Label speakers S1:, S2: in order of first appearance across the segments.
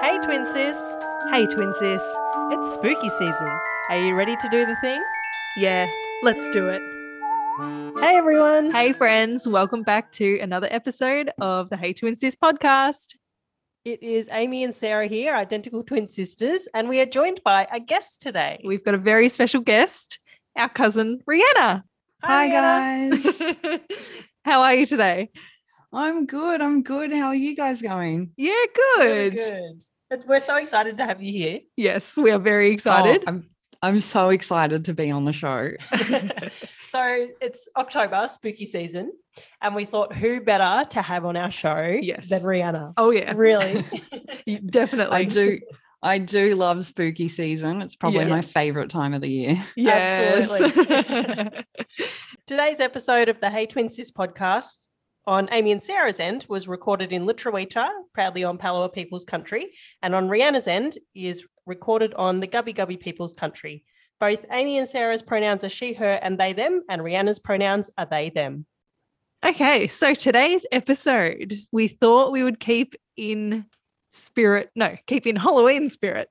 S1: Hey, twin sis.
S2: Hey, twin sis.
S1: It's spooky season. Are you ready to do the thing?
S2: Yeah, let's do it.
S1: Hey, everyone.
S2: Hey, friends. Welcome back to another episode of the Hey, twin sis podcast.
S1: It is Amy and Sarah here, identical twin sisters, and we are joined by a guest today.
S2: We've got a very special guest, our cousin Rihanna.
S3: Hi,
S1: Anna.
S3: guys.
S2: How are you today?
S3: I'm good. I'm good. How are you guys going?
S2: Yeah,
S1: Really
S2: good.
S1: Good. It's- We're so excited to have you here.
S2: Yes, we are very excited.
S3: Oh, I'm I'm so excited to be on the show.
S1: so it's October, spooky season, and we thought who better to have on our show
S2: Yes.
S1: than Rihanna?
S2: oh, yeah,
S1: Really?
S2: y- definitely.
S3: I do I do love spooky season. It's probably
S2: Yeah.
S3: my favorite time of the year.
S2: Yes.
S1: Absolutely. Today's episode of the Hey Twin Sis podcast on Amy and Sarah's end was recorded in Litrawita, proudly on Palawa People's Country, and on Rihanna's end is recorded on the Gubby Gubby People's Country. Both Amy and Sarah's pronouns are she, her, and they, them, and Rihanna's pronouns are they, them.
S2: Okay, so today's episode, we thought we would keep in spirit, no, keep in Halloween spirit,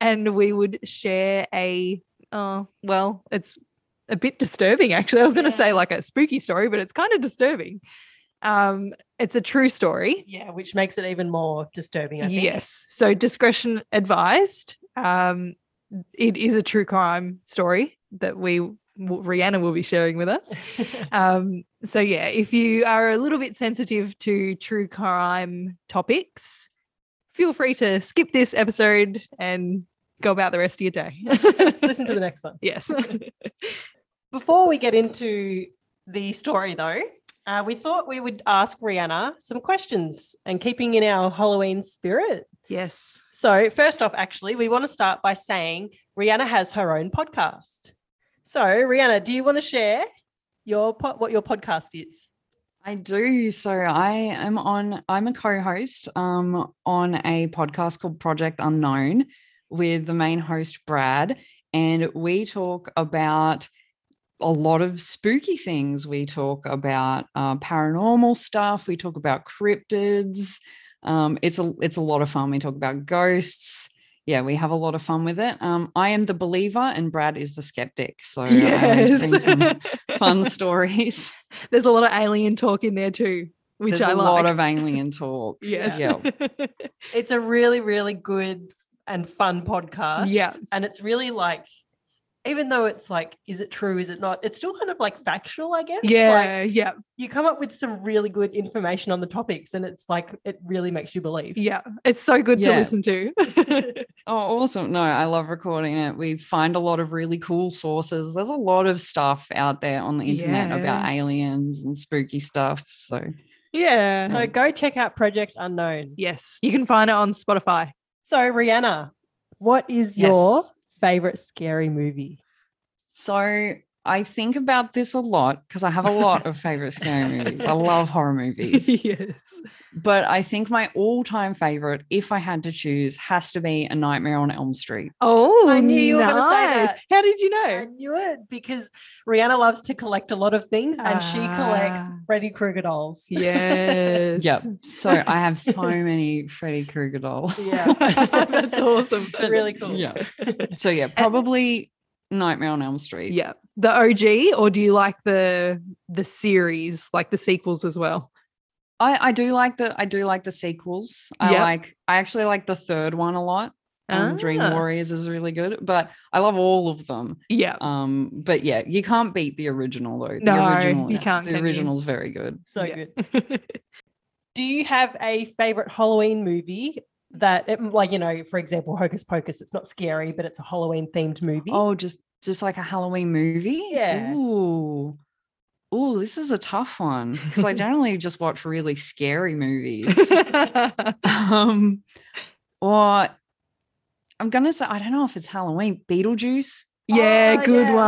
S2: and we would share a, oh, well, it's a bit disturbing actually. I was going to
S1: Yeah.
S2: say like a spooky story, but it's kind of disturbing. Um, it's a true story.
S1: yeah, which makes it even more disturbing, I think.
S2: Yes, so discretion advised. Um, it is a true crime story that we Rihanna will be sharing with us. Um, so yeah, if you are a little bit sensitive to true crime topics, feel free to skip this episode and go about the rest of your day.
S1: Listen to the next one.
S2: yes.
S1: Before we get into the story, though, uh, we thought we would ask Rihanna some questions and keeping in our Halloween spirit.
S2: yes.
S1: So, first off, actually, we want to start by saying Rihanna has her own podcast. So, Rihanna, do you want to share your po- what your podcast is?
S3: I do. So I am on, I'm a co-host um, on a podcast called Project Unknown with the main host, Brad. And we talk about a lot of spooky things. We talk about uh, paranormal stuff. We talk about cryptids. Um, it's a it's a lot of fun. We talk about ghosts. Yeah, we have a lot of fun with it. Um, I am the believer and Brad is the skeptic. So I always bring
S2: Yes.
S3: some fun stories.
S2: There's a lot of alien talk in there too, which
S3: There's
S2: I
S3: a
S2: like.
S3: lot of alien talk.
S2: yes.
S3: Yeah.
S1: It's a really, really good and fun podcast.
S2: Yeah.
S1: and it's really like, even though it's like, is it true? Is it not? It's still kind of like factual, I guess. Like,
S2: yeah, yeah,
S1: you come up with some really good information on the topics and it's like it really makes you believe
S2: yeah. It's so good to
S3: Yeah.
S2: listen to.
S3: Oh, awesome. No, I love recording it. We find a lot of really cool sources. There's a lot of stuff out there on the internet about
S2: Yeah.
S3: aliens and spooky stuff. So
S2: yeah.
S1: so go check out project unknown
S2: yes, you can find it on Spotify.
S1: so rihanna what is
S3: Yes.
S1: your favorite scary movie
S3: so I think about this a lot because I have a lot of favorite scary movies. I love horror movies.
S2: yes.
S3: But I think my all-time favorite, if I had to choose, has to be A Nightmare on Elm Street.
S2: Oh,
S1: I knew you were gonna say
S2: nice.
S1: that.
S2: How did you
S1: i
S2: know?
S1: knew it because rihanna loves to collect a lot of things and she collects
S2: Ah.
S1: freddy krueger dolls
S2: Yes.
S3: Yep. So I have so many Freddy Krueger dolls.
S1: yeah
S2: That's awesome.
S3: But-
S1: really cool
S3: Yeah. So yeah, probably Nightmare on Elm Street.
S2: Yeah. The OG, or do you like the the series, like the sequels as well?
S3: I, I do like the I do like the sequels. I
S2: Yep.
S3: like I actually like the third one a lot. Um, Dream
S2: Ah,
S3: Warriors is really good, but I love all of them.
S2: Yeah.
S3: Um, but yeah, you can't beat the original though. The
S2: No,
S3: original,
S2: you
S3: is-
S2: can't,
S3: The
S2: can you?
S3: original's very good.
S1: so
S2: Yeah.
S1: good do you have a favorite halloween movie that it, like you know for example hocus pocus it's not scary but it's a halloween themed movie
S3: Oh, just just like a Halloween movie.
S1: Yeah.
S3: Ooh. Ooh, this is a tough one because I generally just watch really scary movies. um or i'm gonna say i don't know if it's halloween beetlejuice
S2: yeah,
S1: Oh,
S2: good
S1: yes.
S2: one.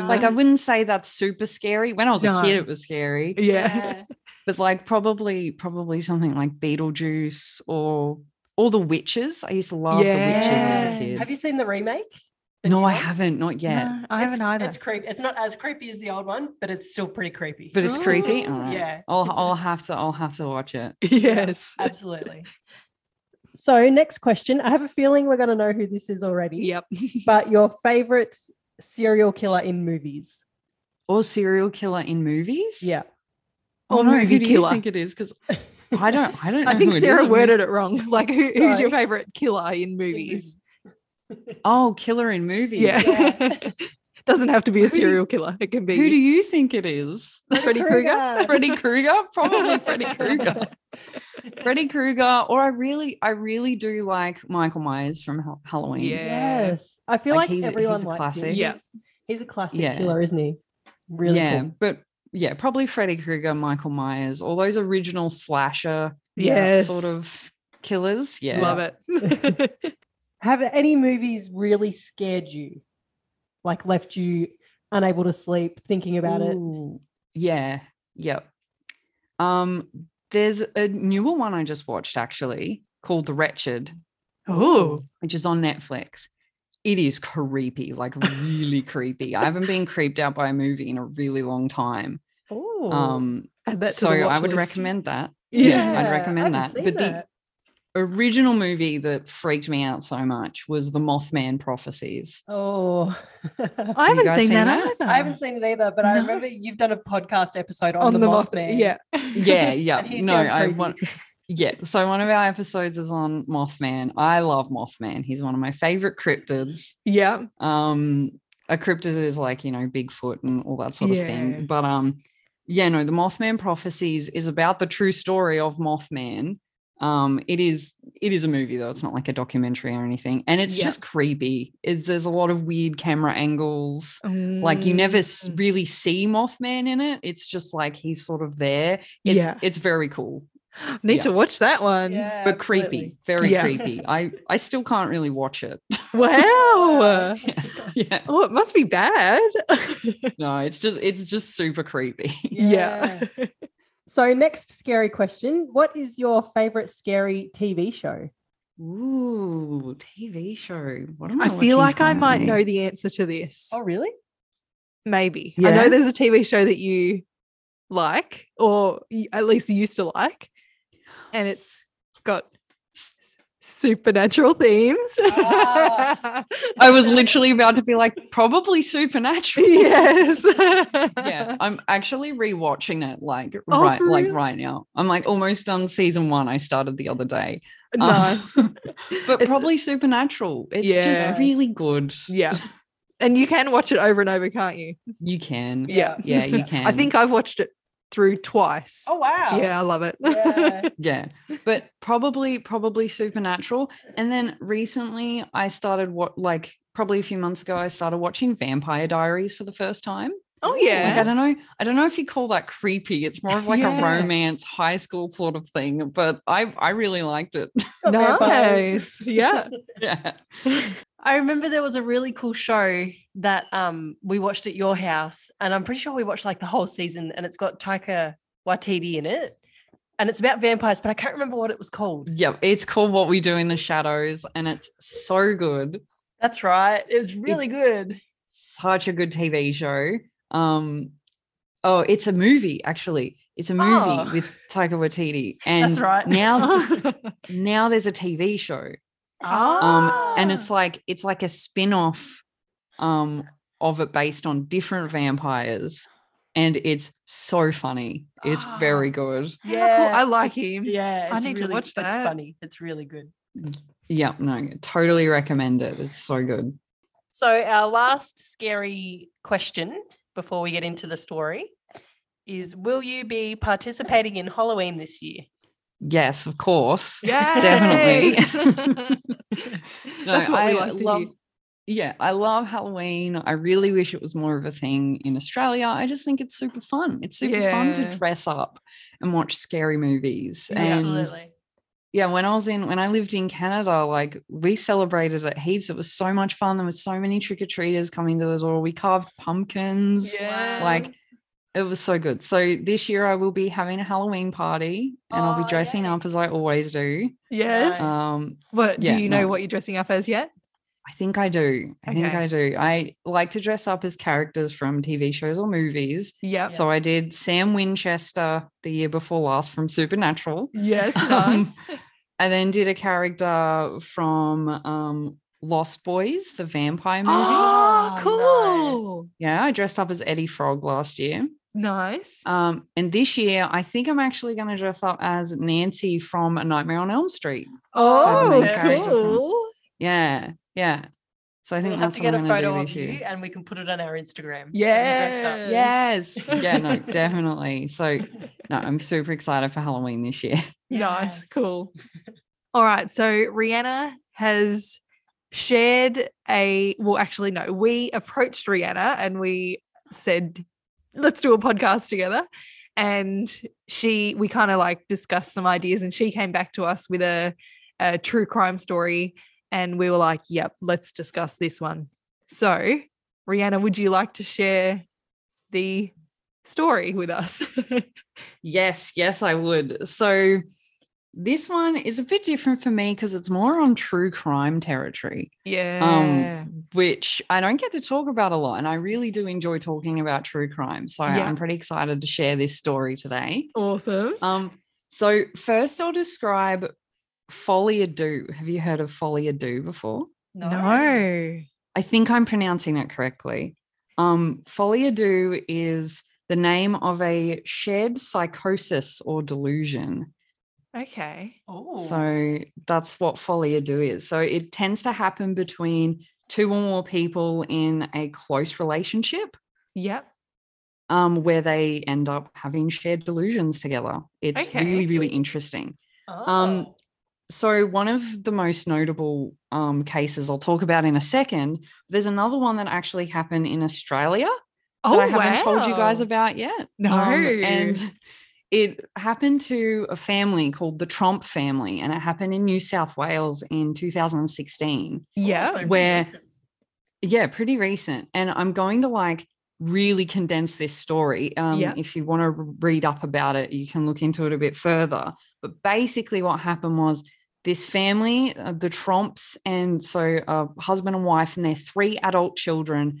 S3: ah, like i wouldn't say that's super scary when i was a kid
S2: No.
S3: it was scary
S2: yeah.
S3: but like probably probably something like beetlejuice or all the witches i used to love the witches
S2: Yes.
S3: as a kid
S1: Have you seen the remake? the
S3: no,
S1: new
S3: I
S1: one?
S3: haven't. Not yet.
S2: No, I haven't
S1: It's-
S2: either.
S1: It's creepy. It's not as creepy as the old one, but it's still pretty creepy.
S3: But it's creepy.
S2: Ooh,
S3: All right.
S1: yeah.
S3: I'll I'll have to I'll have to watch it.
S2: yes.
S3: Um,
S1: Absolutely. So, next question. I have a feeling we're going to know who this is already.
S2: Yep.
S1: But your favorite serial killer in movies?
S3: Or serial killer in movies?
S1: Yeah.
S3: Oh,
S2: Or
S3: no,
S2: movie
S3: who do you
S2: killer.
S3: think it is? Because I don't I don't know.
S2: I think
S3: who it is.
S2: Sarah
S3: I'm-
S2: worded it wrong. Like, who, who's
S1: Sorry.
S2: your favorite killer in movies?
S3: Oh, killer in movies.
S2: Yeah. Doesn't have to be a
S3: Who do-
S2: serial killer. It can be
S3: Who do you think it is?
S2: Freddy Krueger.
S3: Freddy Krueger? Probably Freddy Krueger. Freddy Krueger, or I really, I really do like Michael Myers from Ha- Halloween.
S2: Yeah.
S1: Yes. I feel like,
S3: Like, he's-
S1: everyone
S3: he's a
S1: likes him.
S3: classic.
S2: Yeah.
S1: He's, he's a classic
S3: Yeah.
S1: killer, isn't he? Really
S3: yeah,
S1: cool.
S3: but yeah, probably Freddy Krueger, Michael Myers, all those original slasher uh,
S2: Yes.
S3: sort of killers. Yeah,
S2: Love it.
S1: Have any movies really scared you? Like left you unable to sleep thinking about it?
S3: Ooh, Yeah, yep. Um, there's a newer one I just watched actually called The Wretched,
S2: oh,
S3: which is on Netflix. It is creepy, like really creepy. I haven't been creeped out by a movie in a really long time.
S1: Oh.
S3: Um,
S2: add that to
S3: so
S2: the
S3: I
S2: watch
S3: would
S2: list.
S3: recommend that.
S2: yeah, I'd
S3: recommend that.
S1: seen
S3: But the- Original movie that freaked me out so much was The Mothman Prophecies.
S1: Oh,
S2: I
S3: Have you
S2: haven't
S3: guys
S2: seen,
S3: seen
S2: that,
S3: that?
S2: either.
S1: I haven't seen it either, but I
S2: No.
S1: remember you've done a podcast episode on,
S2: on
S1: the,
S2: Moth-
S1: Mothman.
S2: Yeah.
S3: Yeah, yeah.
S1: And he
S3: no,
S1: sounds
S3: I
S1: creepy.
S3: want yeah. So one of our episodes is on Mothman. I love Mothman. He's one of my favorite cryptids.
S2: yeah.
S3: Um a cryptid is like, you know, Bigfoot and all that sort of
S2: Yeah.
S3: thing. But um yeah, no, the Mothman Prophecies is about the true story of Mothman. Um it is it is a movie though. It's not like a documentary or anything. And it's
S2: Yeah.
S3: just creepy. It's, there's a lot of weird camera angles. like you never s-
S2: Mm.
S3: really see mothman in it it's just like he's sort of there it's
S2: Yeah.
S3: it's very cool
S2: Mm, Need
S3: yeah.
S2: to watch that one.
S1: Yeah,
S3: but
S1: absolutely.
S3: creepy very
S2: Yeah.
S3: creepy i i still can't really watch it
S2: Wow.
S3: yeah
S2: oh, it must be bad.
S3: no it's just it's just super creepy
S2: yeah.
S1: So, next scary question What is your favorite scary TV show?
S3: ooh tv show what am i
S2: I feel
S3: watching
S2: like I might
S3: currently?
S2: know the answer to this.
S1: Oh, really?
S2: Maybe. I
S3: Yeah?
S2: know there's a TV show that you like, or y- at least used to like, and it's got s- supernatural themes.
S1: Ah.
S3: i was literally about to be like probably supernatural
S2: yes.
S3: yeah i'm actually rewatching it like
S2: Oh,
S3: right
S2: for
S3: like
S2: real?
S3: right now i'm like almost done season one i started the other day Um,
S2: Nice.
S3: but
S2: It's-
S3: probably supernatural. It's
S2: Yeah.
S3: just really good.
S2: Yeah. And you can watch it over and over, can't you?
S3: You can.
S2: Yeah.
S3: Yeah, you can.
S2: I think I've watched it through twice.
S1: Oh, wow.
S2: Yeah, I love it.
S1: Yeah.
S3: Yeah. But probably, probably supernatural. And then recently I started what like probably a few months ago, I started watching Vampire Diaries for the first time.
S2: oh
S3: Like I
S2: yeah.
S3: don't know. I don't know if you call that creepy. It's more of like
S2: Yeah.
S3: a romance high school sort of thing. But I I really liked it.
S1: Got vampires.
S2: Nice. Yeah.
S3: yeah.
S4: I remember there was a really cool show that um we watched at your house, and I'm pretty sure we watched like the whole season, and it's got Taika Waititi in it, and it's about vampires, but I can't remember what it was called.
S3: Yep. It's called What We Do in the Shadows, and it's so good.
S4: That's right. It was really good.
S3: such a good TV show. Um, oh, it's a movie actually. It's a movie
S4: Oh.
S3: with Taika Waititi, and
S4: That's right.
S3: now now there's a TV show, um, and it's
S4: Ah.
S3: like it's like a spin off, um, of it based on different vampires, and it's so funny. It's
S4: Ah.
S3: very good.
S2: yeah. I like him.
S4: Yeah,
S2: I
S4: it's
S2: need to
S4: really-
S2: watch
S4: It's
S2: that.
S4: funny. It's really good.
S3: Yep, no, totally recommend it. It's so good.
S4: So, our last scary question before we get into the story is Will you be participating in Halloween this year?
S3: Yes, of course.
S2: Yeah.
S3: Definitely. No,
S2: That's what
S3: I
S2: we like to
S3: love.
S2: hear.
S3: Yeah, I love Halloween. I really wish it was more of a thing in Australia. I just think it's super fun. It's super fun
S2: Yeah.
S3: to dress up and watch scary movies. And
S4: Absolutely.
S3: yeah, when I was in when I lived in Canada, like we celebrated it heaps. It was so much fun. There was so many trick-or-treaters coming to the door. We carved pumpkins.
S2: Yeah.
S3: Like it was so good. So this year I will be having a Halloween party and I'll
S4: Oh,
S3: be dressing
S4: yay.
S3: up as I always do.
S2: yes.
S4: Nice.
S3: Um
S2: What
S3: yeah,
S2: do you know
S3: no.
S2: what you're dressing up as yet?
S3: I think I do. I think
S2: Okay.
S3: I do. I like to dress up as characters from TV shows or movies.
S2: Yep.
S3: So I did Sam Winchester the year before last from Supernatural.
S2: Yes.
S3: Um,
S2: Nice.
S3: I then did a character from um, Lost Boys, the vampire movie. Ah,
S4: Ah,
S2: Oh, cool.
S3: Yeah, I dressed up as Eddie Frog last year.
S2: Nice.
S3: Um, and this year, I think I'm actually going to dress up as Nancy from A Nightmare on Elm Street.
S2: Oh,
S3: main
S2: very
S3: character from-
S2: cool.
S3: Yeah, yeah. So I think
S4: we'll have
S3: that's
S4: to
S3: what
S4: get a
S3: I'm going to
S4: photo
S3: do
S4: of
S3: this
S4: you
S3: year.
S4: and we can put it on our Instagram.
S2: Yeah.
S3: Yes. Yeah, no, definitely. So, no, I'm super excited for Halloween this year.
S2: Nice. Cool. All right. So Rihanna has shared a, well, actually, no, we approached Rihanna and we said, let's do a podcast together. And she, we kind of like discussed some ideas and she came back to us with a, a true crime story. And we were like, yep, let's discuss this one. So, Rihanna, would you like to share the story with us?
S3: Yes, yes, I would. So this one is a bit different for me because it's more on true crime territory,
S2: yeah.
S3: Um, which I don't get to talk about a lot. And I really do enjoy talking about true crime. So
S2: Yeah.
S3: I'm pretty excited to share this story today.
S2: awesome.
S3: Um, so first I'll describe Folia Do. Have you heard of Folia Do before?
S4: No.
S2: no.
S3: I think I'm pronouncing it correctly. Um, folia do is the name of a shared psychosis or delusion.
S2: Okay.
S4: Oh.
S3: So that's what folia do is. So it tends to happen between two or more people in a close relationship
S2: Yep.
S3: um, where they end up having shared delusions together. It's
S2: Okay.
S3: really, really interesting.
S4: Oh.
S3: Um, So, one of the most notable um, cases I'll talk about in a second, there's another one that actually happened in Australia that I haven't told you guys
S2: Oh, wow.
S3: about yet. Um,
S2: No.
S3: and it happened to a family called the Trump family, and it happened in New South Wales in 2016.
S2: Yeah.
S4: so
S3: where-
S4: recent.
S3: Yeah, pretty recent. And I'm going to like really condense this story. Um,
S2: Yeah.
S3: If you want to read up about it, you can look into it a bit further. But basically, what happened was this family, uh, the Trumps, and so a husband and wife and their three adult children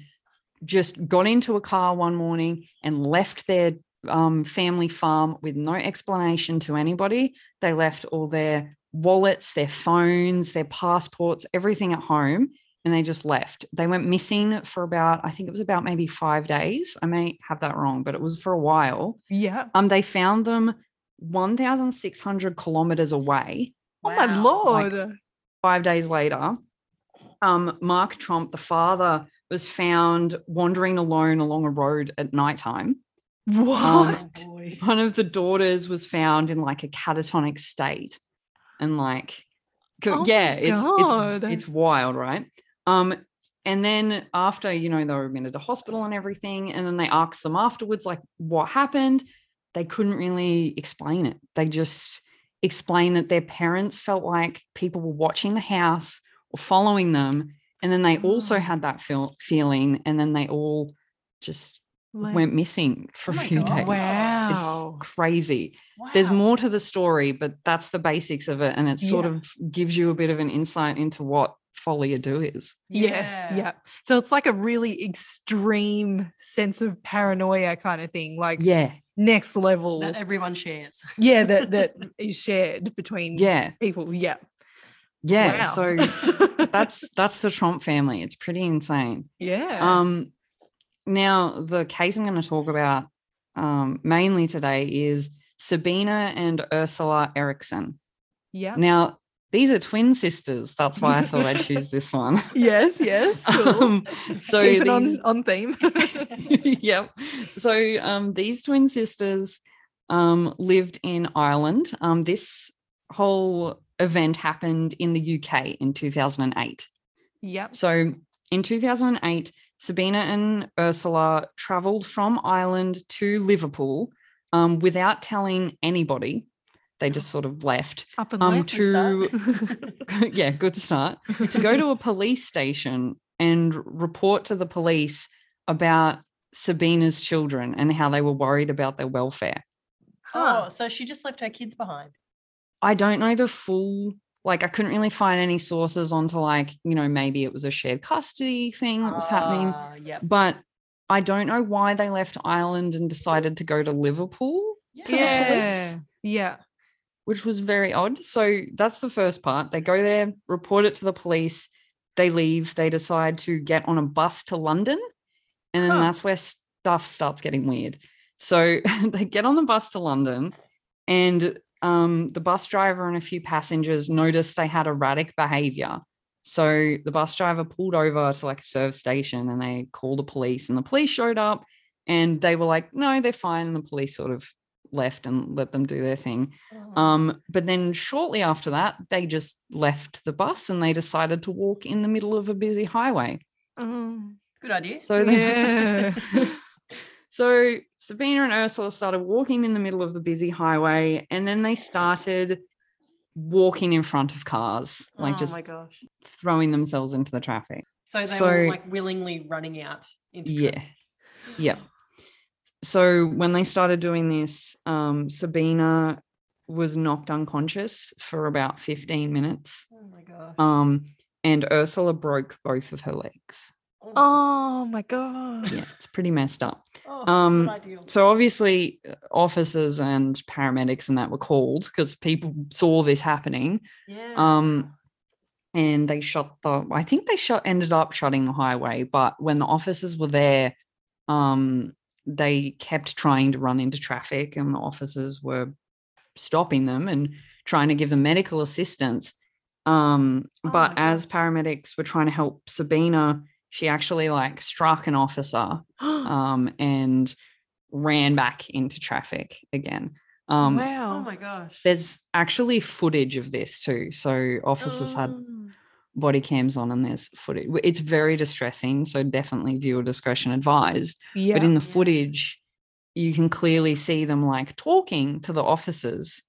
S3: just got into a car one morning and left their um, family farm with no explanation to anybody. They left all their wallets, their phones, their passports, everything at home, and they just left. They went missing for about, I think it was about maybe five days. I may have that wrong, but it was for a while.
S2: yeah.
S3: Um, they found them 1,600 kilometers away
S2: Oh my
S4: Wow.
S2: lord.
S3: five days later, um, Mark Trump, the father, was found wandering alone along a road at nighttime. Um,
S2: what?
S4: Oh, boy.
S3: One of the daughters was found in like a catatonic state, and like, co-
S2: Oh my
S3: yeah, it's,
S2: God.
S3: it's it's wild, right? Um, and then after you know they were admitted to hospital and everything, and then they asked them afterwards like what happened. They couldn't really explain it. They just explain that their parents felt like people were watching the house or following them. And then they also
S2: Oh.
S3: had that feel- feeling. And then they all just
S2: Like,
S3: went missing for
S4: Oh
S3: a
S4: my
S3: few
S4: God.
S3: days.
S2: wow.
S3: Crazy.
S4: Wow.
S3: There's more to the story, but that's the basics of it. And it sort
S2: Yeah.
S3: of gives you a bit of an insight into what folia do is.
S2: Yes. Yeah. So it's like a really extreme sense of paranoia kind of thing, like
S3: Yeah.
S2: next level.
S4: That everyone shares.
S2: yeah. That that is shared between
S3: Yeah.
S2: people. Yeah.
S3: Yeah. So
S2: Wow.
S3: that's that's the Trump family. It's pretty insane.
S2: yeah.
S3: Um, now the case I'm going to talk about um, mainly today is Sabina and Ursula Erickson.
S2: yeah.
S3: Now these are twin sisters. That's why I thought I'd choose this one.
S2: yes. Yes. Cool.
S3: Um, so
S2: Keep it
S3: these-
S2: on, on theme.
S3: yep. So um, these twin sisters um, lived in Ireland. Um, this whole event happened in the UK in 2008.
S2: yep.
S3: So in 2008, Sabina and Ursula traveled from Ireland to Liverpool um, without telling anybody. They just sort of left.
S2: Up and
S3: Um,
S2: left.
S3: to
S2: to
S3: yeah, good start. To go to a police station and report to the police about Sabina's children and how they were worried about their welfare.
S2: Huh.
S4: Oh, so she just left her kids behind.
S3: I don't know the full like I couldn't really find any sources onto like, you know, maybe it was a shared custody thing that was happening.
S4: Ah, yep.
S3: But I don't know why they left Ireland and decided to go to Liverpool,
S4: Yeah.
S3: the
S2: yeah. Yeah.
S3: which was very odd. So that's the first part. They go there, report it to the police, they leave, they decide to get on a bus to London. And then
S2: Huh.
S3: that's where stuff starts getting weird. So they get on the bus to London and um, the bus driver and a few passengers noticed they had erratic behavior. So the bus driver pulled over to like a service station and they called the police, and the police showed up and they were like, no, they're fine. And the police sort of left and let them do their thing.
S4: Mm.
S3: Um, but then shortly after that, they just left the bus and they decided to walk in the middle of a busy highway.
S2: Um,
S4: Good idea.
S3: So they-
S2: Yeah.
S3: so Sabina and Ursula started walking in the middle of the busy highway, and then they started walking in front of cars, like
S4: oh
S3: just
S4: my gosh.
S3: throwing themselves into the traffic.
S1: So they were
S3: So-
S1: like willingly running out. Into
S3: Yeah. Yeah. So when they started doing this, um, Sabina was knocked unconscious for about 15 minutes.
S4: Oh my gosh.
S3: Um, and Ursula broke both of her legs.
S2: oh my god.
S3: Yeah, it's pretty messed up.
S1: oh,
S3: um,
S1: not ideal.
S3: So obviously, uh, officers and paramedics and that were called because people saw this happening.
S4: yeah.
S3: Um, and they shot the. I think they shot ended up shutting the highway, but when the officers were there, um, they kept trying to run into traffic, and the officers were stopping them and trying to give them medical assistance. Um,
S4: Oh
S3: but
S4: my God.
S3: as paramedics were trying to help Sabina, she actually like struck an officer um, and ran back into traffic again. Um,
S2: wow.
S4: oh my gosh.
S3: There's actually footage of this too. So officers had
S1: Oh.
S4: Mm.
S3: body cams on, and there's footage. It's very distressing. So definitely viewer discretion advised.
S2: yeah.
S3: But in the
S4: Yeah.
S3: footage, you can clearly see them like talking to the officers.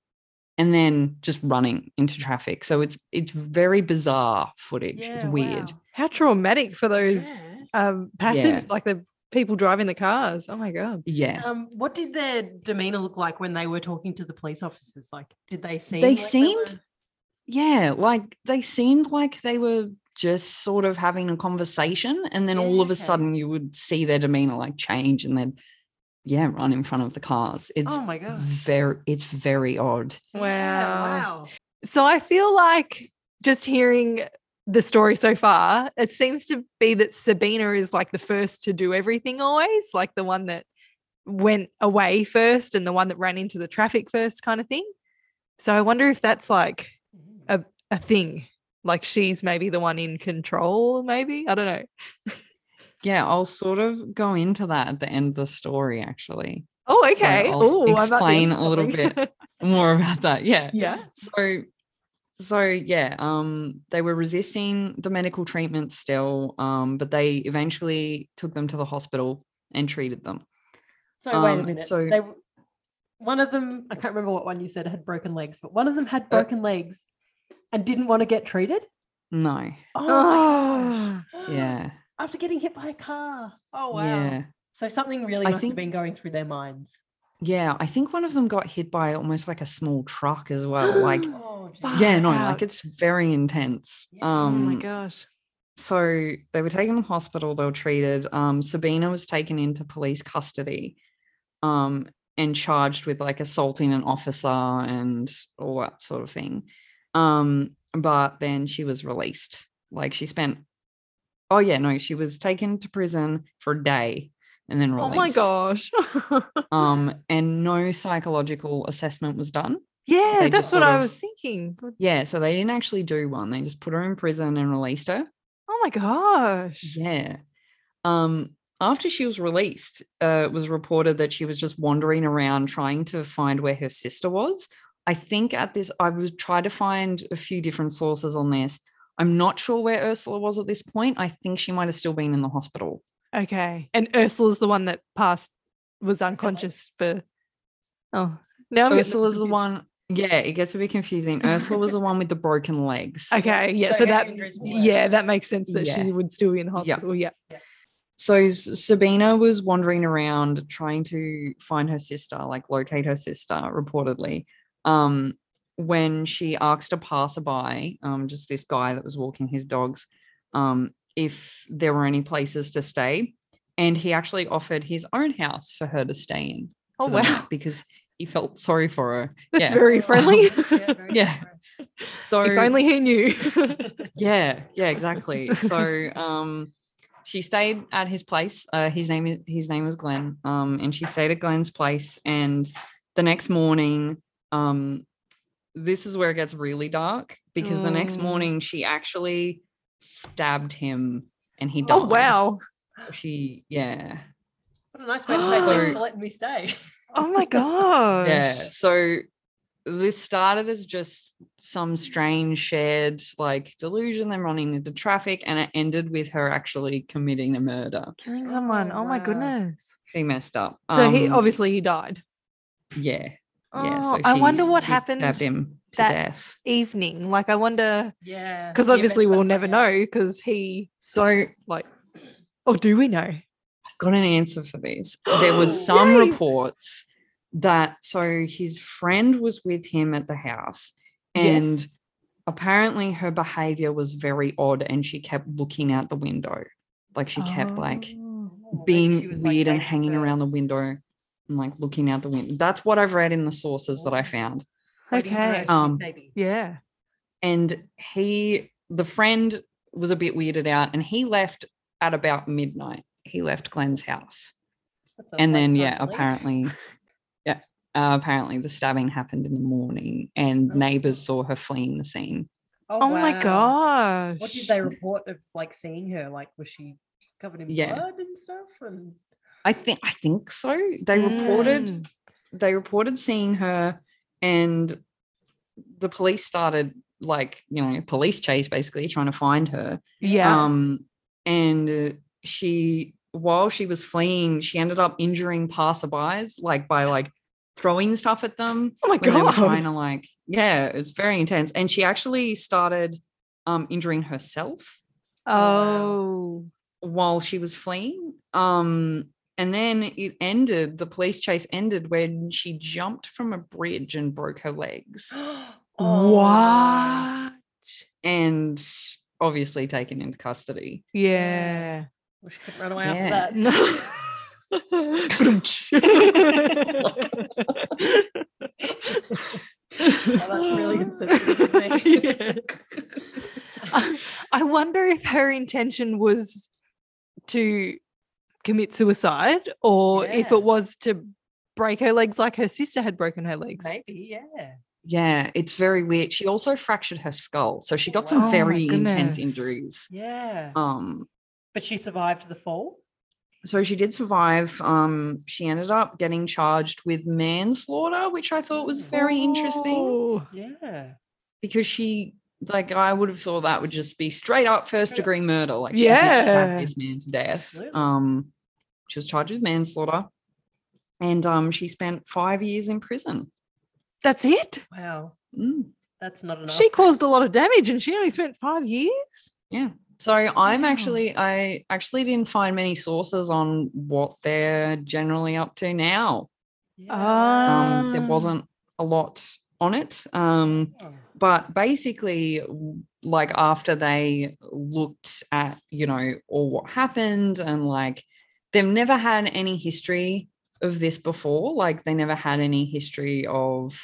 S3: And then just running into traffic, so it's it's very bizarre footage. it's
S4: Yeah,
S3: weird.
S4: wow.
S2: How traumatic for those
S1: Yeah.
S2: um passive
S3: Yeah.
S2: like the people driving the cars. Oh my god.
S3: Yeah,
S1: Um, what did their demeanor look like when they were talking to the police officers? Like, did they seem
S3: they
S1: like
S3: seemed
S1: were-
S3: yeah like they seemed like they were just sort of having a conversation and then all of a
S4: Yeah.
S3: sudden you would see their demeanor like change and then yeah run in front of the cars it's
S4: Oh my gosh.
S3: very it's very odd
S4: Yeah, wow.
S2: So I feel like just hearing the story so far, it seems to be that Sabina is like the first to do everything always, like the one that went away first and the one that ran into the traffic first kind of thing. So I wonder if that's like
S1: Uh,
S2: a, a thing. Like she's maybe the one in control, maybe. I don't know.
S3: yeah i'll sort of go into that at the end of the story actually
S2: Oh,
S3: So
S2: okay.
S3: I'll
S2: Oh, I might be
S3: explain
S2: onto
S3: a little
S2: something.
S3: more about that yeah
S2: yeah.
S3: so so yeah um they were resisting the medical treatment still um but they eventually took them to the hospital and treated them
S1: So wait a
S3: um,
S1: minute.
S3: so-
S1: they, one of them, I can't remember what one you said had broken legs, but one of them
S3: Uh,
S1: had broken legs and didn't want to get treated.
S3: no
S1: Oh, my
S2: Oh,
S1: gosh.
S3: yeah
S1: After getting hit by a car. Oh wow.
S3: yeah
S1: So something really
S3: I
S1: must
S3: think-
S1: have been going through their minds.
S3: yeah i think one of them got hit by almost like a small truck as well like
S1: Oh, geez.
S2: Fuck.
S3: yeah no
S2: Ouch.
S3: like it's very intense
S1: Yeah. Oh
S2: oh
S3: um
S2: my gosh.
S3: so they were taken to the hospital they were treated um sabina was taken into police custody um and charged with like assaulting an officer and all that sort of thing um but then she was released like she spent oh yeah no she was taken to prison for a day and then
S2: Oh
S3: released
S2: my gosh. Mm-hmm.
S3: um and no psychological assessment was done
S2: Yeah,
S3: They
S2: that's
S3: just
S2: what
S3: sort
S2: I
S3: of-
S2: was thinking. Good-
S3: yeah so they didn't actually do one they just put her in prison and released her
S2: Oh my gosh.
S3: yeah um after she was released uh it was reported that she was just wandering around trying to find where her sister was i think at this i was trying to find a few different sources on this i'm not sure where ursula was at this point i think she might have still been in the hospital
S2: Okay. And Ursula's the one that passed, was unconscious for. Oh, now I'm getting
S3: ursula's the
S2: confused.
S3: one yeah it gets a bit confusing ursula was the one with the broken legs
S2: Okay. Yeah.
S1: So
S2: So, that,
S1: Andrew's
S2: yeah,
S1: worse.
S2: that makes sense that
S3: Yeah.
S2: she would still be in the
S3: Yeah.
S2: hospital. Yeah.
S3: so S- Sabina was wandering around trying to find her sister, like locate her sister, reportedly. Um, when she asked a passerby, um, just this guy that was walking his dogs, um, if there were any places to stay. And he actually offered his own house for her to stay in.
S2: Oh,
S3: for the night
S2: wow.
S3: Because he felt sorry for her.
S2: That's
S3: yeah.
S1: Oh,
S2: very friendly.
S3: Yeah. So
S2: if only he knew. Oh,
S3: yeah, yeah, exactly. so um she stayed at his place. Uh his name is his name was Glenn. Um and she stayed at Glenn's place and the next morning um this is where it gets really dark because the next
S2: Mm.
S3: morning she actually stabbed him and he died.
S2: oh, wow.
S3: She yeah.
S1: What a nice way to say thanks for letting me stay.
S2: Oh, my God.
S3: Yeah. So this started as just some strange shared like delusion, then running into traffic, and it ended with her actually committing a murder.
S2: Killing someone. Oh, my
S3: wow.
S2: goodness.
S3: She messed up.
S2: So he
S3: Um,
S2: obviously he died.
S3: yeah,
S2: Oh,
S3: yeah. so
S2: I wonder
S3: she's-
S2: what
S3: she
S2: happened
S3: Stabbed him to
S2: that-
S3: death.
S2: evening. Like I wonder
S1: Yeah.
S2: because
S1: You
S2: obviously
S1: messed
S2: we'll
S1: that
S2: never
S1: one
S2: know
S1: up.
S2: because he
S3: So I've
S2: like or do we know?
S3: got an answer for this. There was some
S2: Yay.
S3: reports that so his friend was with him at the house
S2: Yes.
S3: and. Apparently, her behavior was very odd, and she kept looking out the window. Like, she
S2: Oh,
S3: kept like
S1: Maybe she
S3: being
S1: was, like,
S3: weird and
S1: waiting
S3: hanging
S1: for-
S3: around the window and like looking out the window. That's what I've read in the sources
S2: Oh.
S3: that I found.
S1: waiting for her
S2: Okay.
S1: to
S3: Um,
S1: maybe.
S2: Yeah.
S3: And he, the friend, was a bit weirded out and he left at about midnight. He left Glenn's house.
S1: That's a
S3: and
S1: late
S3: then,
S1: time
S3: yeah,
S1: to leave.
S3: apparently, yeah, uh, apparently the stabbing happened in the morning and
S1: Oh.
S3: neighbors saw her fleeing the scene.
S2: Oh, my
S1: wow.
S2: gosh.
S1: What did they report of like seeing her? Like, was she covered in
S3: Yeah.
S1: blood and stuff? And
S3: I think, I think so. They reported
S2: Mm.
S3: they reported seeing her and the police started like you know police chase basically trying to find her
S2: Yeah.
S3: um and uh, she while she was fleeing she ended up injuring passerbys like by like throwing stuff at them
S2: oh my
S3: when they were
S2: god.
S3: trying to like yeah it's very intense and she actually started um injuring herself
S2: oh.
S3: while she was fleeing. Um, and then it ended, the police chase ended when she jumped from a bridge and broke her legs
S1: Oh, wow.
S2: What?
S3: and obviously taken into custody.
S2: Yeah.
S1: Wish I could run away
S3: Yeah.
S1: after Oh,
S2: No.
S1: that. Oh, that's really consistent. isn't it?
S2: I I wonder if her intention was to commit suicide or if
S1: Yeah.
S2: it was to break her legs like her sister had broken her legs.
S1: Maybe, yeah.
S3: Yeah, it's very weird. She also fractured her skull, so she got
S1: Oh
S3: some
S1: my
S3: very
S2: goodness.
S3: intense injuries.
S1: Yeah.
S3: Um,
S1: but she survived the fall.
S3: so she did survive. Um, she ended up getting charged with manslaughter, which I thought was very interesting.
S2: Oh.
S1: Yeah.
S3: because she like I would have thought that would just be straight up first
S1: Straight up.
S3: degree murder. Like she did
S2: Yeah.
S3: stab this man to death.
S1: Absolutely.
S3: Um, she was charged with manslaughter, and um, she spent five years in prison.
S2: That's it.
S1: Wow.
S3: Mm,
S1: That's not enough.
S2: She caused a lot of damage and she only spent five years.
S3: yeah. So I'm
S2: Wow.
S3: actually I actually didn't find many sources on what they're generally up to now.
S1: Yeah.
S3: Um, there
S2: Ah.
S3: wasn't a lot on it. Um,
S1: Oh.
S3: but basically w- like after they looked at you know all what happened and like they've never had any history of this before like they never had any history of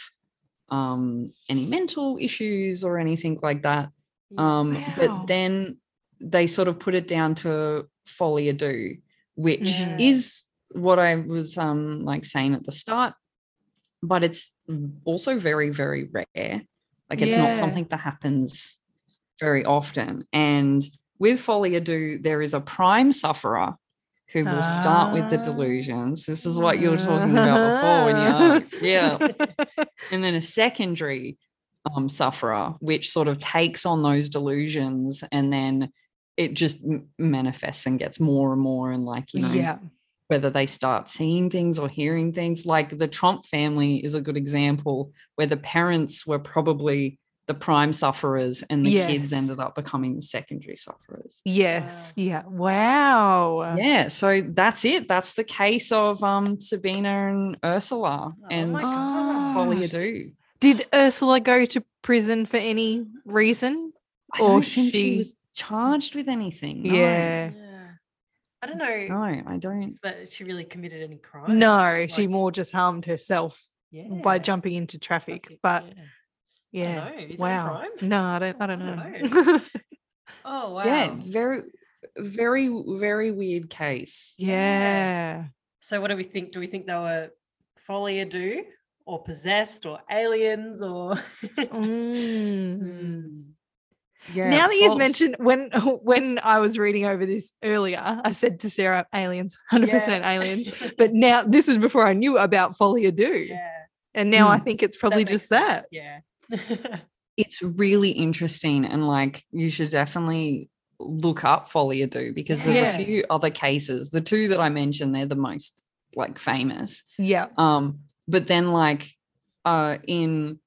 S3: um any mental issues or anything like that um
S2: Wow.
S3: but then they sort of put it down to folia do which
S1: Yeah.
S2: Mm-hmm.
S3: is what i was um like saying at the start but it's also very very rare like it's
S2: Yeah.
S3: not something that happens very often and with folia do there is a prime sufferer who will start with the
S2: Ah.
S3: delusions this is what you were talking about before when you asked yeah and then a secondary um, sufferer, which sort of takes on those delusions and then it just m- manifests and gets more and more. And like, you know,
S2: yeah.
S3: whether they start seeing things or hearing things, like the Trump family is a good example where the parents were probably the prime sufferers and the
S2: Yes.
S3: kids ended up becoming the secondary sufferers.
S2: Yes. Yeah. Wow.
S3: Yeah, so that's it. That's the case of um Sabina and Ursula
S1: Oh
S3: and
S1: my
S3: Polly
S2: gosh.
S3: Adu.
S2: Did Ursula go to prison for any reason?
S3: I
S2: Or
S3: don't
S2: she-
S3: think she was charged with anything. No.
S2: Yeah.
S1: Yeah. I don't know
S3: No, I don't.
S1: that she really committed any crimes.
S2: No, she
S1: like,
S2: more just harmed herself by
S1: yeah,
S2: jumping into traffic.
S1: fuck it,
S2: But
S1: yeah. I
S2: yeah,
S1: know, is that a
S2: wow.
S1: crime?
S2: No, I don't. I don't know.
S1: I Oh wow.
S3: Yeah, very, very, very weird case.
S2: yeah.
S1: So what do we think? Do we think they were folia do or possessed or aliens or
S2: Mm.
S3: Mm. Yeah.
S2: now that you've
S3: false.
S2: mentioned when when I was reading over this earlier, I said to Sarah, aliens, hundred percent aliens. But now this is before I knew about folia do,
S1: yeah.
S2: and now I
S3: Mm.
S2: think it's probably
S1: makes
S2: just that.
S1: sense, Yeah.
S3: it's really interesting and like you should definitely look up Folia Do because there's
S1: Yeah.
S3: a few other cases. The two that I mentioned, they're the most like famous.
S2: Yeah.
S3: Um, but then like uh in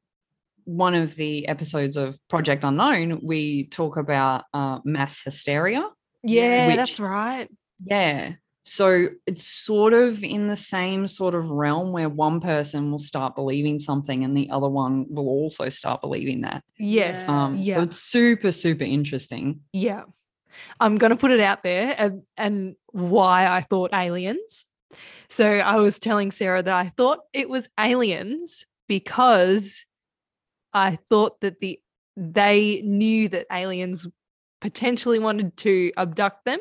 S3: one of the episodes of Project Unknown, we talk about uh mass hysteria.
S2: Yeah,
S3: Which-
S2: that's right.
S3: Yeah. So it's sort of in the same sort of realm where one person will start believing something and the other one will also start believing that.
S2: Yes.
S1: Yeah.
S3: Um,
S2: yeah.
S3: So it's super, super interesting.
S2: yeah. I'm going to put it out there and, and why I thought aliens. So I was telling Sarah that I thought it was aliens because I thought that the they knew that aliens potentially wanted to abduct them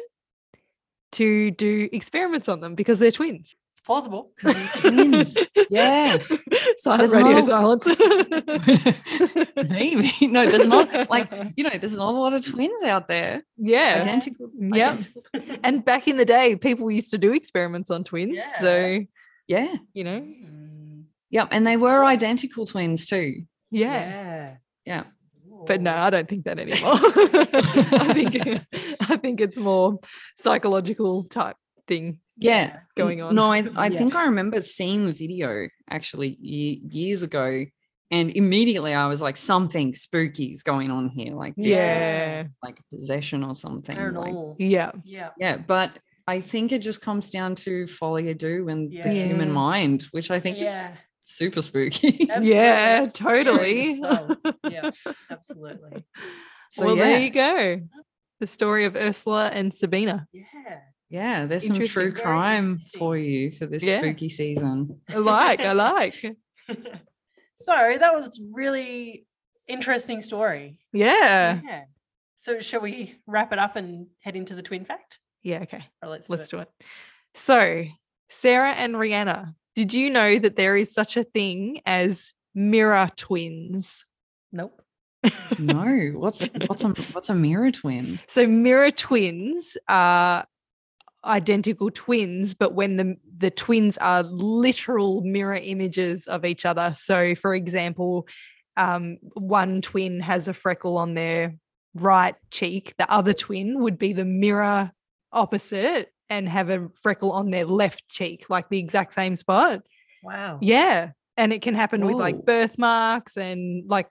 S2: to do experiments on them because they're twins.
S1: It's plausible.
S3: Twins. yeah.
S2: Silent
S3: There's
S2: radio
S3: not-
S2: silence.
S3: Maybe. No, there's not like,
S1: Mm,
S3: you know, there's not a lot of twins out there.
S2: yeah.
S3: Identical.
S2: Yeah.
S3: identical twins.
S2: And back in the day, people used to do experiments on twins.
S1: Yeah.
S2: So,
S3: Yeah.
S2: you know,
S1: Mm,
S3: Yep. And they were identical twins too.
S2: yeah.
S1: yeah.
S3: Yeah.
S2: But no,
S1: Ooh.
S2: I don't think that anymore. I think I think it's more psychological type thing.
S3: Yeah.
S2: Going on.
S3: No, I, I
S1: Yeah.
S3: think I remember seeing the video actually ye- years ago. And immediately I was like, something spooky is going on here. Like, this is
S2: Yeah.
S3: Like a possession or something. Like,
S1: Paranormal.
S2: Yeah.
S1: Yeah.
S3: Yeah, but I think it just comes down to folia do and
S1: Yeah.
S3: the human
S2: Yeah.
S3: mind, which I think is
S1: yeah.
S3: super spooky.
S1: absolutely,
S2: Yeah,
S1: that's scary
S2: totally.
S1: in itself. yeah. Absolutely.
S3: So
S2: well,
S3: yeah,
S2: there you go. The story of Ursula and Sabina.
S1: Yeah.
S3: yeah, there's some
S2: Interesting,
S3: true
S1: very
S3: crime
S1: interesting.
S3: for you for this
S2: Yeah.
S3: spooky season.
S2: I like, I like.
S1: so that was really interesting story.
S2: Yeah.
S1: yeah. So shall we wrap it up and head into the twin fact?
S2: Yeah, okay.
S1: Or let's do
S2: Let's
S1: it.
S2: do it. So, Sarah and Rihanna, did you know that there is such a thing as mirror twins?
S1: Nope.
S3: No, what's what's a what's a mirror twin?
S2: So mirror twins are identical twins, but when the the twins are literal mirror images of each other. So, for example, um, one twin has a freckle on their right cheek. The other twin would be the mirror opposite and have a freckle on their left cheek, like the exact same spot.
S1: Wow.
S2: Yeah. And it can happen with
S3: Whoa.
S2: like birthmarks and like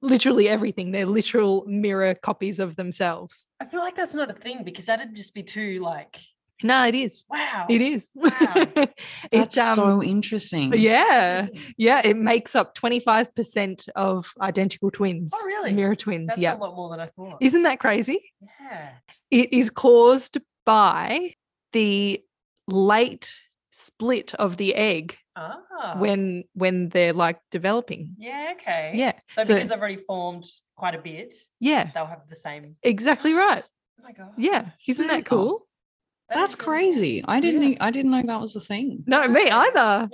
S2: literally everything. They're literal mirror copies of themselves.
S1: I feel like that's not a thing because that'd just be too like
S2: No, it is.
S1: wow.
S2: It is.
S1: Oh, Wow.
S3: That's
S2: it's um,
S3: so interesting.
S2: yeah, yeah. It makes up twenty five percent of identical twins.
S1: Oh, really?
S2: Mirror twins.
S1: That's a
S2: yeah.
S1: lot more than I thought.
S2: Isn't that crazy?
S1: yeah.
S2: It is caused by the late split of the egg
S1: Ah.
S2: when when they're like developing.
S1: yeah, okay.
S2: Yeah.
S1: So,
S2: so-
S1: because they've already formed quite a bit,
S2: Yeah.
S1: they'll have the same.
S2: Exactly right.
S1: Oh my god.
S2: Yeah. Isn't that
S3: Wow.
S2: cool?
S1: That
S3: That's
S1: is really cool.
S3: crazy. I didn't
S2: Yeah.
S3: e- I didn't know that was a thing.
S2: No, me either.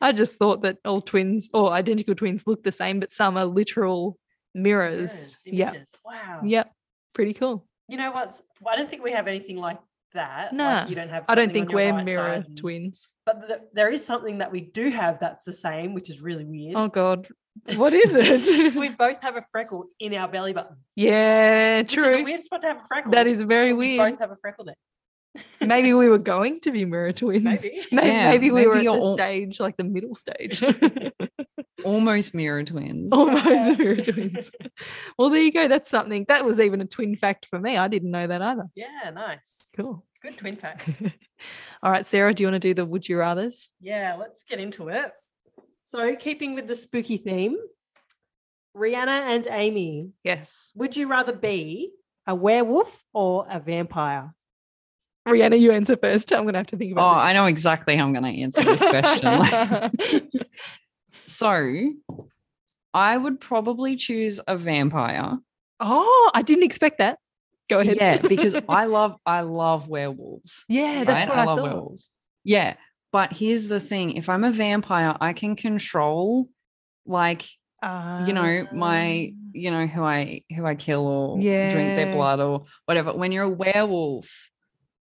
S2: I just thought that all twins or identical twins look the same, but some are literal mirrors.
S1: Mirrors,
S2: Yeah.
S1: images. Wow.
S2: Yep. Pretty cool.
S1: You know what's? well, I don't think we have anything like that.
S2: Nah,
S1: Like you don't have.
S2: I don't
S1: something on
S2: think
S1: your
S2: we're
S1: right
S2: mirror
S1: side and-
S2: twins.
S1: But th- there is something that we do have that's the same, which is really weird.
S2: Oh God. What is it?
S1: we both have a freckle in our belly button.
S2: yeah,
S1: Which is a
S2: true.
S1: weird spot to have a freckle.
S2: That is very
S1: but we
S2: weird.
S1: both have a freckle there.
S2: Maybe we were going to be mirror twins. Maybe,
S1: Maybe.
S3: Yeah,
S2: maybe we
S3: maybe
S2: were at
S3: you're
S2: the
S3: all-
S2: stage, like the middle stage.
S3: Almost mirror twins.
S2: Almost
S1: Yeah.
S2: mirror twins. Well, there you go. That's something. That was even a twin fact for me. I didn't know that either.
S1: yeah, nice.
S2: Cool.
S1: Good twin fact.
S2: All right, Sarah, do you want to do the would you rathers?
S1: Yeah, let's get into it. So, keeping with the spooky theme, Rihanna and Amy,
S2: Yes.
S1: would you rather be a werewolf or a vampire?
S2: Rihanna, you answer first. I'm going to have to think
S3: Oh,
S2: about
S3: I know exactly how I'm going Oh, to answer this question. Like, so, I would probably choose a vampire.
S2: Oh, I didn't expect that. Go ahead.
S3: Yeah, because I love I love werewolves.
S2: yeah, that's
S3: right?
S2: what I, thought.
S3: werewolves. Yeah, but here's the thing: if I'm a vampire, I can control, like
S2: Ah,
S3: you know, my
S2: Um,
S3: you know who I who I kill or drink
S2: Yeah.
S3: their blood or whatever. When you're a werewolf,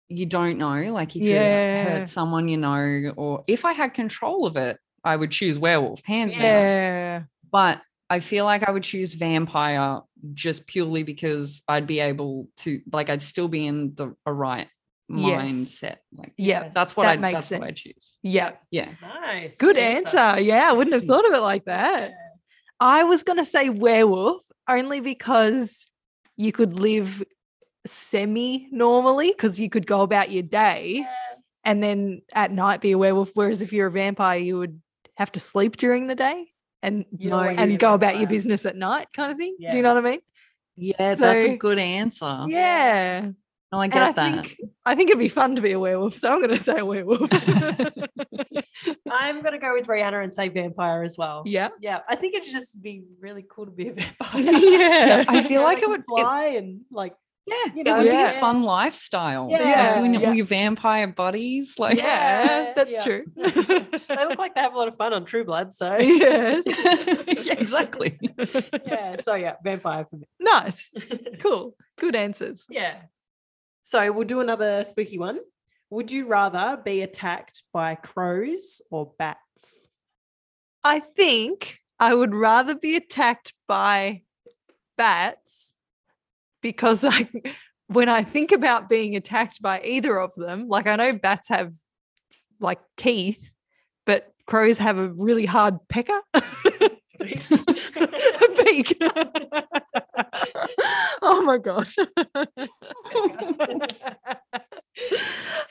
S3: you don't know. Like you could
S2: Yeah.
S3: hurt someone you know, or if I had control of it, I would choose werewolf hands down
S2: Yeah.
S3: but I feel like I would choose vampire just purely because I'd be able to like I'd still be in the a right
S2: Yes.
S3: mindset. Like
S2: Yeah,
S1: Yes.
S3: that's what
S2: That
S3: I
S2: makes
S3: that's what I
S2: sense.
S3: choose.
S2: Yeah.
S3: Yeah.
S1: Nice.
S2: Good answer. Yeah, I wouldn't have thought of it like that. I was going to say werewolf only because you could live semi normally because you could go about your day and then at night be a werewolf. Whereas if you're a vampire, you would have to sleep during the day and
S1: You don't
S3: No,
S1: wanna be
S2: and
S1: a
S2: go about your
S1: vampire.
S2: business at night, kind of thing. Do
S1: Yeah.
S2: you know what I mean?
S3: Yeah, that's
S2: So-
S3: a good answer. Yeah.
S2: Yeah.
S3: No, Oh. I
S2: And
S3: get
S2: I
S3: that.
S2: think I think it'd be fun to be a werewolf, so I'm going to say a werewolf.
S1: I'm going to go with Rihanna and say vampire as well.
S2: yeah.
S1: Yeah, I think it'd just be really cool to be a vampire.
S2: Yeah.
S3: I feel
S1: You know,
S3: like
S1: they
S3: it
S1: can
S3: would- it-
S1: fly and like
S3: yeah,
S1: you
S3: it
S1: know,
S3: would be
S1: yeah.
S3: a fun lifestyle.
S1: Yeah.
S3: Like doing it
S2: Yeah.
S3: all your vampire buddies. Like
S2: Yeah,
S1: Yeah,
S2: that's
S1: yeah.
S2: true.
S1: they look like they have a lot of fun on True Blood. So
S2: yes.
S3: Yeah, exactly.
S1: yeah, so yeah, vampire for me.
S2: Nice. Cool. Good answers.
S1: Yeah. So we'll do another spooky one. Would you rather be attacked by crows or bats?
S2: I think I would rather be attacked by bats because I when I think about being attacked by either of them, like I know bats have like teeth, but crows have a really hard pecker. beak. oh my gosh.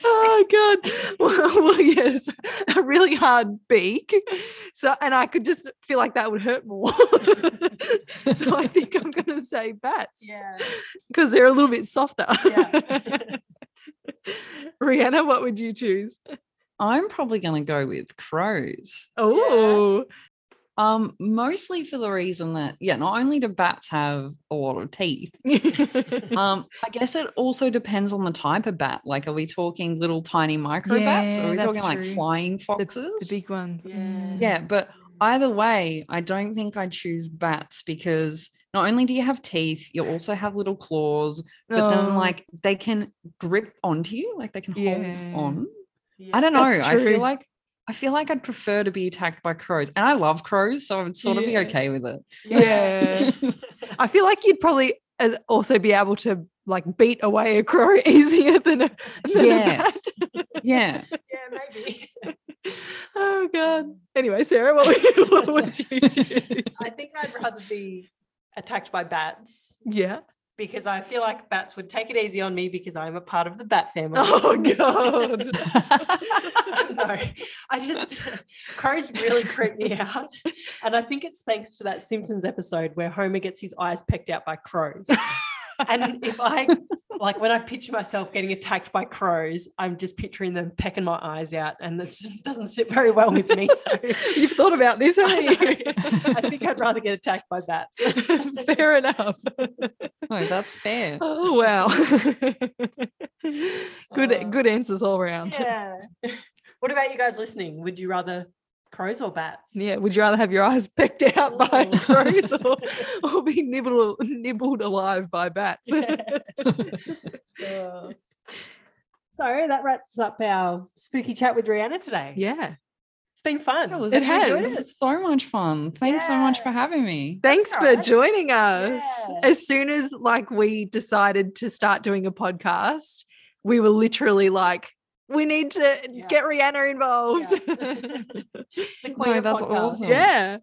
S2: oh god well, well, yes a really hard beak so and i could just feel like that would hurt more so i think i'm gonna say bats
S1: Yeah.
S2: because they're a little bit softer
S1: Yeah.
S2: rihanna what would you choose
S3: I'm probably gonna go with crows.
S2: oh
S3: Um, mostly for the reason that yeah, not only do bats have a lot of teeth, um, I guess it also depends on the type of bat. Like, are we talking little tiny micro bats?
S2: Yeah,
S3: Or are we
S2: that's
S3: talking like
S2: true.
S3: flying foxes?
S2: one
S1: Yeah. Mm.
S3: yeah, but either way, I don't think I choose bats because not only do you have teeth, you also have little claws, but
S2: Oh.
S3: then like they can grip onto you, like they can
S2: Yeah.
S3: hold on.
S1: Yeah.
S3: I don't know.
S2: That's
S3: I
S2: true.
S3: feel like I feel like I'd prefer to be attacked by crows, and I love crows, so I would sort of
S1: Yeah.
S3: be okay with it.
S2: Yeah. I feel like you'd probably as- also be able to like beat away a crow easier than a, than
S3: Yeah.
S2: a
S3: yeah.
S1: Yeah, maybe.
S2: bat. Oh god. Anyway, Sarah, what would, what would you choose?
S1: I think I'd rather be attacked by bats
S2: Yeah.
S1: because I feel like bats would take it easy on me because I'm a part of the bat family.
S2: Oh god.
S1: no, I just crows really creep me out, and I think it's thanks to that Simpsons episode where Homer gets his eyes pecked out by crows. and if I like when I picture myself getting attacked by crows, I'm just picturing them pecking my eyes out, and this doesn't sit very well with me. So
S2: You've thought about this,
S1: I,
S2: haven't you?
S1: know. I think I'd rather get attacked by bats.
S2: Fair enough.
S3: No, that's fair.
S2: Oh wow. good
S1: Uh,
S2: good answers all around. Yeah.
S1: yeah. What about you guys listening? Would you rather crows or bats?
S2: would you rather have your eyes pecked out by
S1: Ooh.
S2: crows or, or be nibbled nibbled alive by bats?
S1: Uh, so that wraps up our spooky chat with Rihanna today.
S2: Yeah.
S1: It's been fun.
S3: That was
S2: It
S1: Did you enjoy
S2: has.
S1: it?
S3: It's so much fun. Thanks so much for having me.
S2: Thanks for
S1: alright.
S2: joining us.
S1: Yeah.
S2: As soon as like we decided to start doing a podcast, we were literally like We need to
S1: Yeah.
S2: get Rihanna involved.
S1: The queen
S3: No,
S1: of
S3: that's
S1: podcasts.
S3: awesome.
S2: yeah.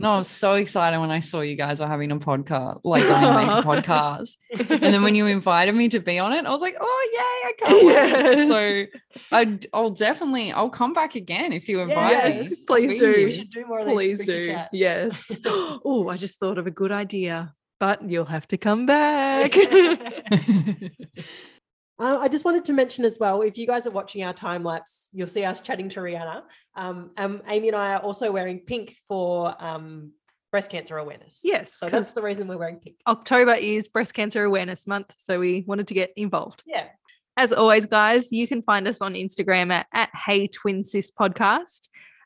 S3: No, I was so excited when I saw you guys were having a podcast, like I make a podcast. And then when you invited me to be on it, I was like, oh yay, I can't wait. So I I'll definitely I'll come back again if you invite
S2: yes,
S1: Yes,
S3: me.
S2: please
S3: Be
S2: do.
S1: We should do more of these
S2: Please
S1: spooky
S2: do.
S1: chats.
S2: Yes. oh, I just thought of a good idea, but you'll have to come back.
S3: here.
S1: Uh, I just wanted to mention as well, if you guys are watching our time lapse, you'll see us chatting to Rihanna. Um, um, Amy and I are also wearing pink for um, breast cancer awareness.
S2: yes.
S1: So
S2: 'cause
S1: that's the reason we're wearing pink.
S2: October is Breast Cancer Awareness Month, so we wanted to get involved.
S1: Yeah.
S2: As always, guys, you can find us on Instagram at, at Hey Twin Sis Podcast.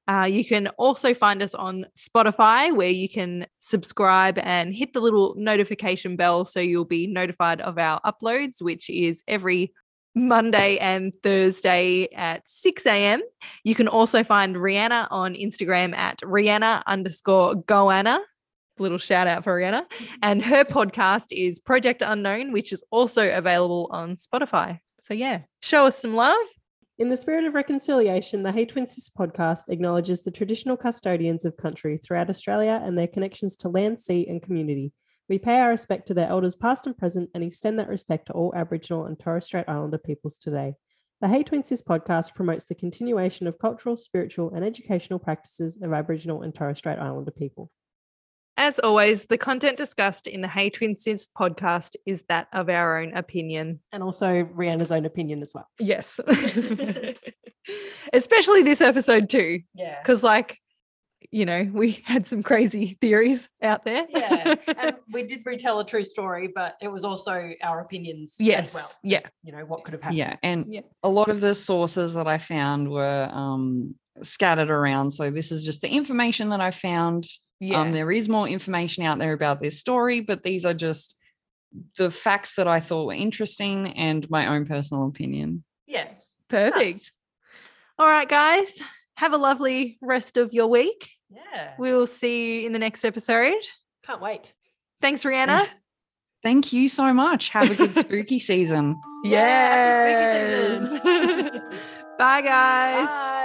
S2: Uh, you can also find us on Spotify, where you can subscribe and hit the little notification bell so you'll be notified of our uploads, which is every Monday and Thursday at 6 a.m. You can also find Rihanna on Instagram at Rihanna underscore Goanna. Little shout out for Rihanna. And her podcast is Project Unknown, which is also available on Spotify. So, yeah, show us some love.
S1: In the spirit of reconciliation, the Hey Twin Sis podcast acknowledges the traditional custodians of country throughout Australia and their connections to land, sea, and community. We pay our respect to their elders past and present and extend that respect to all Aboriginal and Torres Strait Islander peoples today. The Hey Twin Sis podcast promotes the continuation of cultural, spiritual, and educational practices of Aboriginal and Torres Strait Islander people.
S2: As always, the content discussed in the Hey Twin Sis podcast is that of our own opinion.
S1: And also Rihanna's own opinion as well.
S2: Yes. Especially this episode, too,
S1: Yeah.
S2: because, like, you know, we had some crazy theories out there.
S1: Yeah. Um, And we did retell a true story, but it was also our opinions
S2: Yes,
S1: as well.
S2: yeah.
S1: You know, what could have happened.
S3: yeah, and
S2: Yeah.
S3: a lot of the sources that I found were um, scattered around. So this is just the information that I found.
S2: yeah.
S3: Um, there is more information out there about this story, but these are just the facts that I thought were interesting and my own personal opinion.
S1: Yeah.
S2: Perfect.
S1: Nice.
S2: All right, guys, have a lovely rest of your week.
S1: Yeah.
S2: We will see you in the next episode.
S1: Can't wait.
S2: Thanks, Rihanna.
S3: Thank you so much. Have a good spooky season.
S1: Yeah, happy spooky season.
S2: Yes. Bye, guys.
S1: Bye.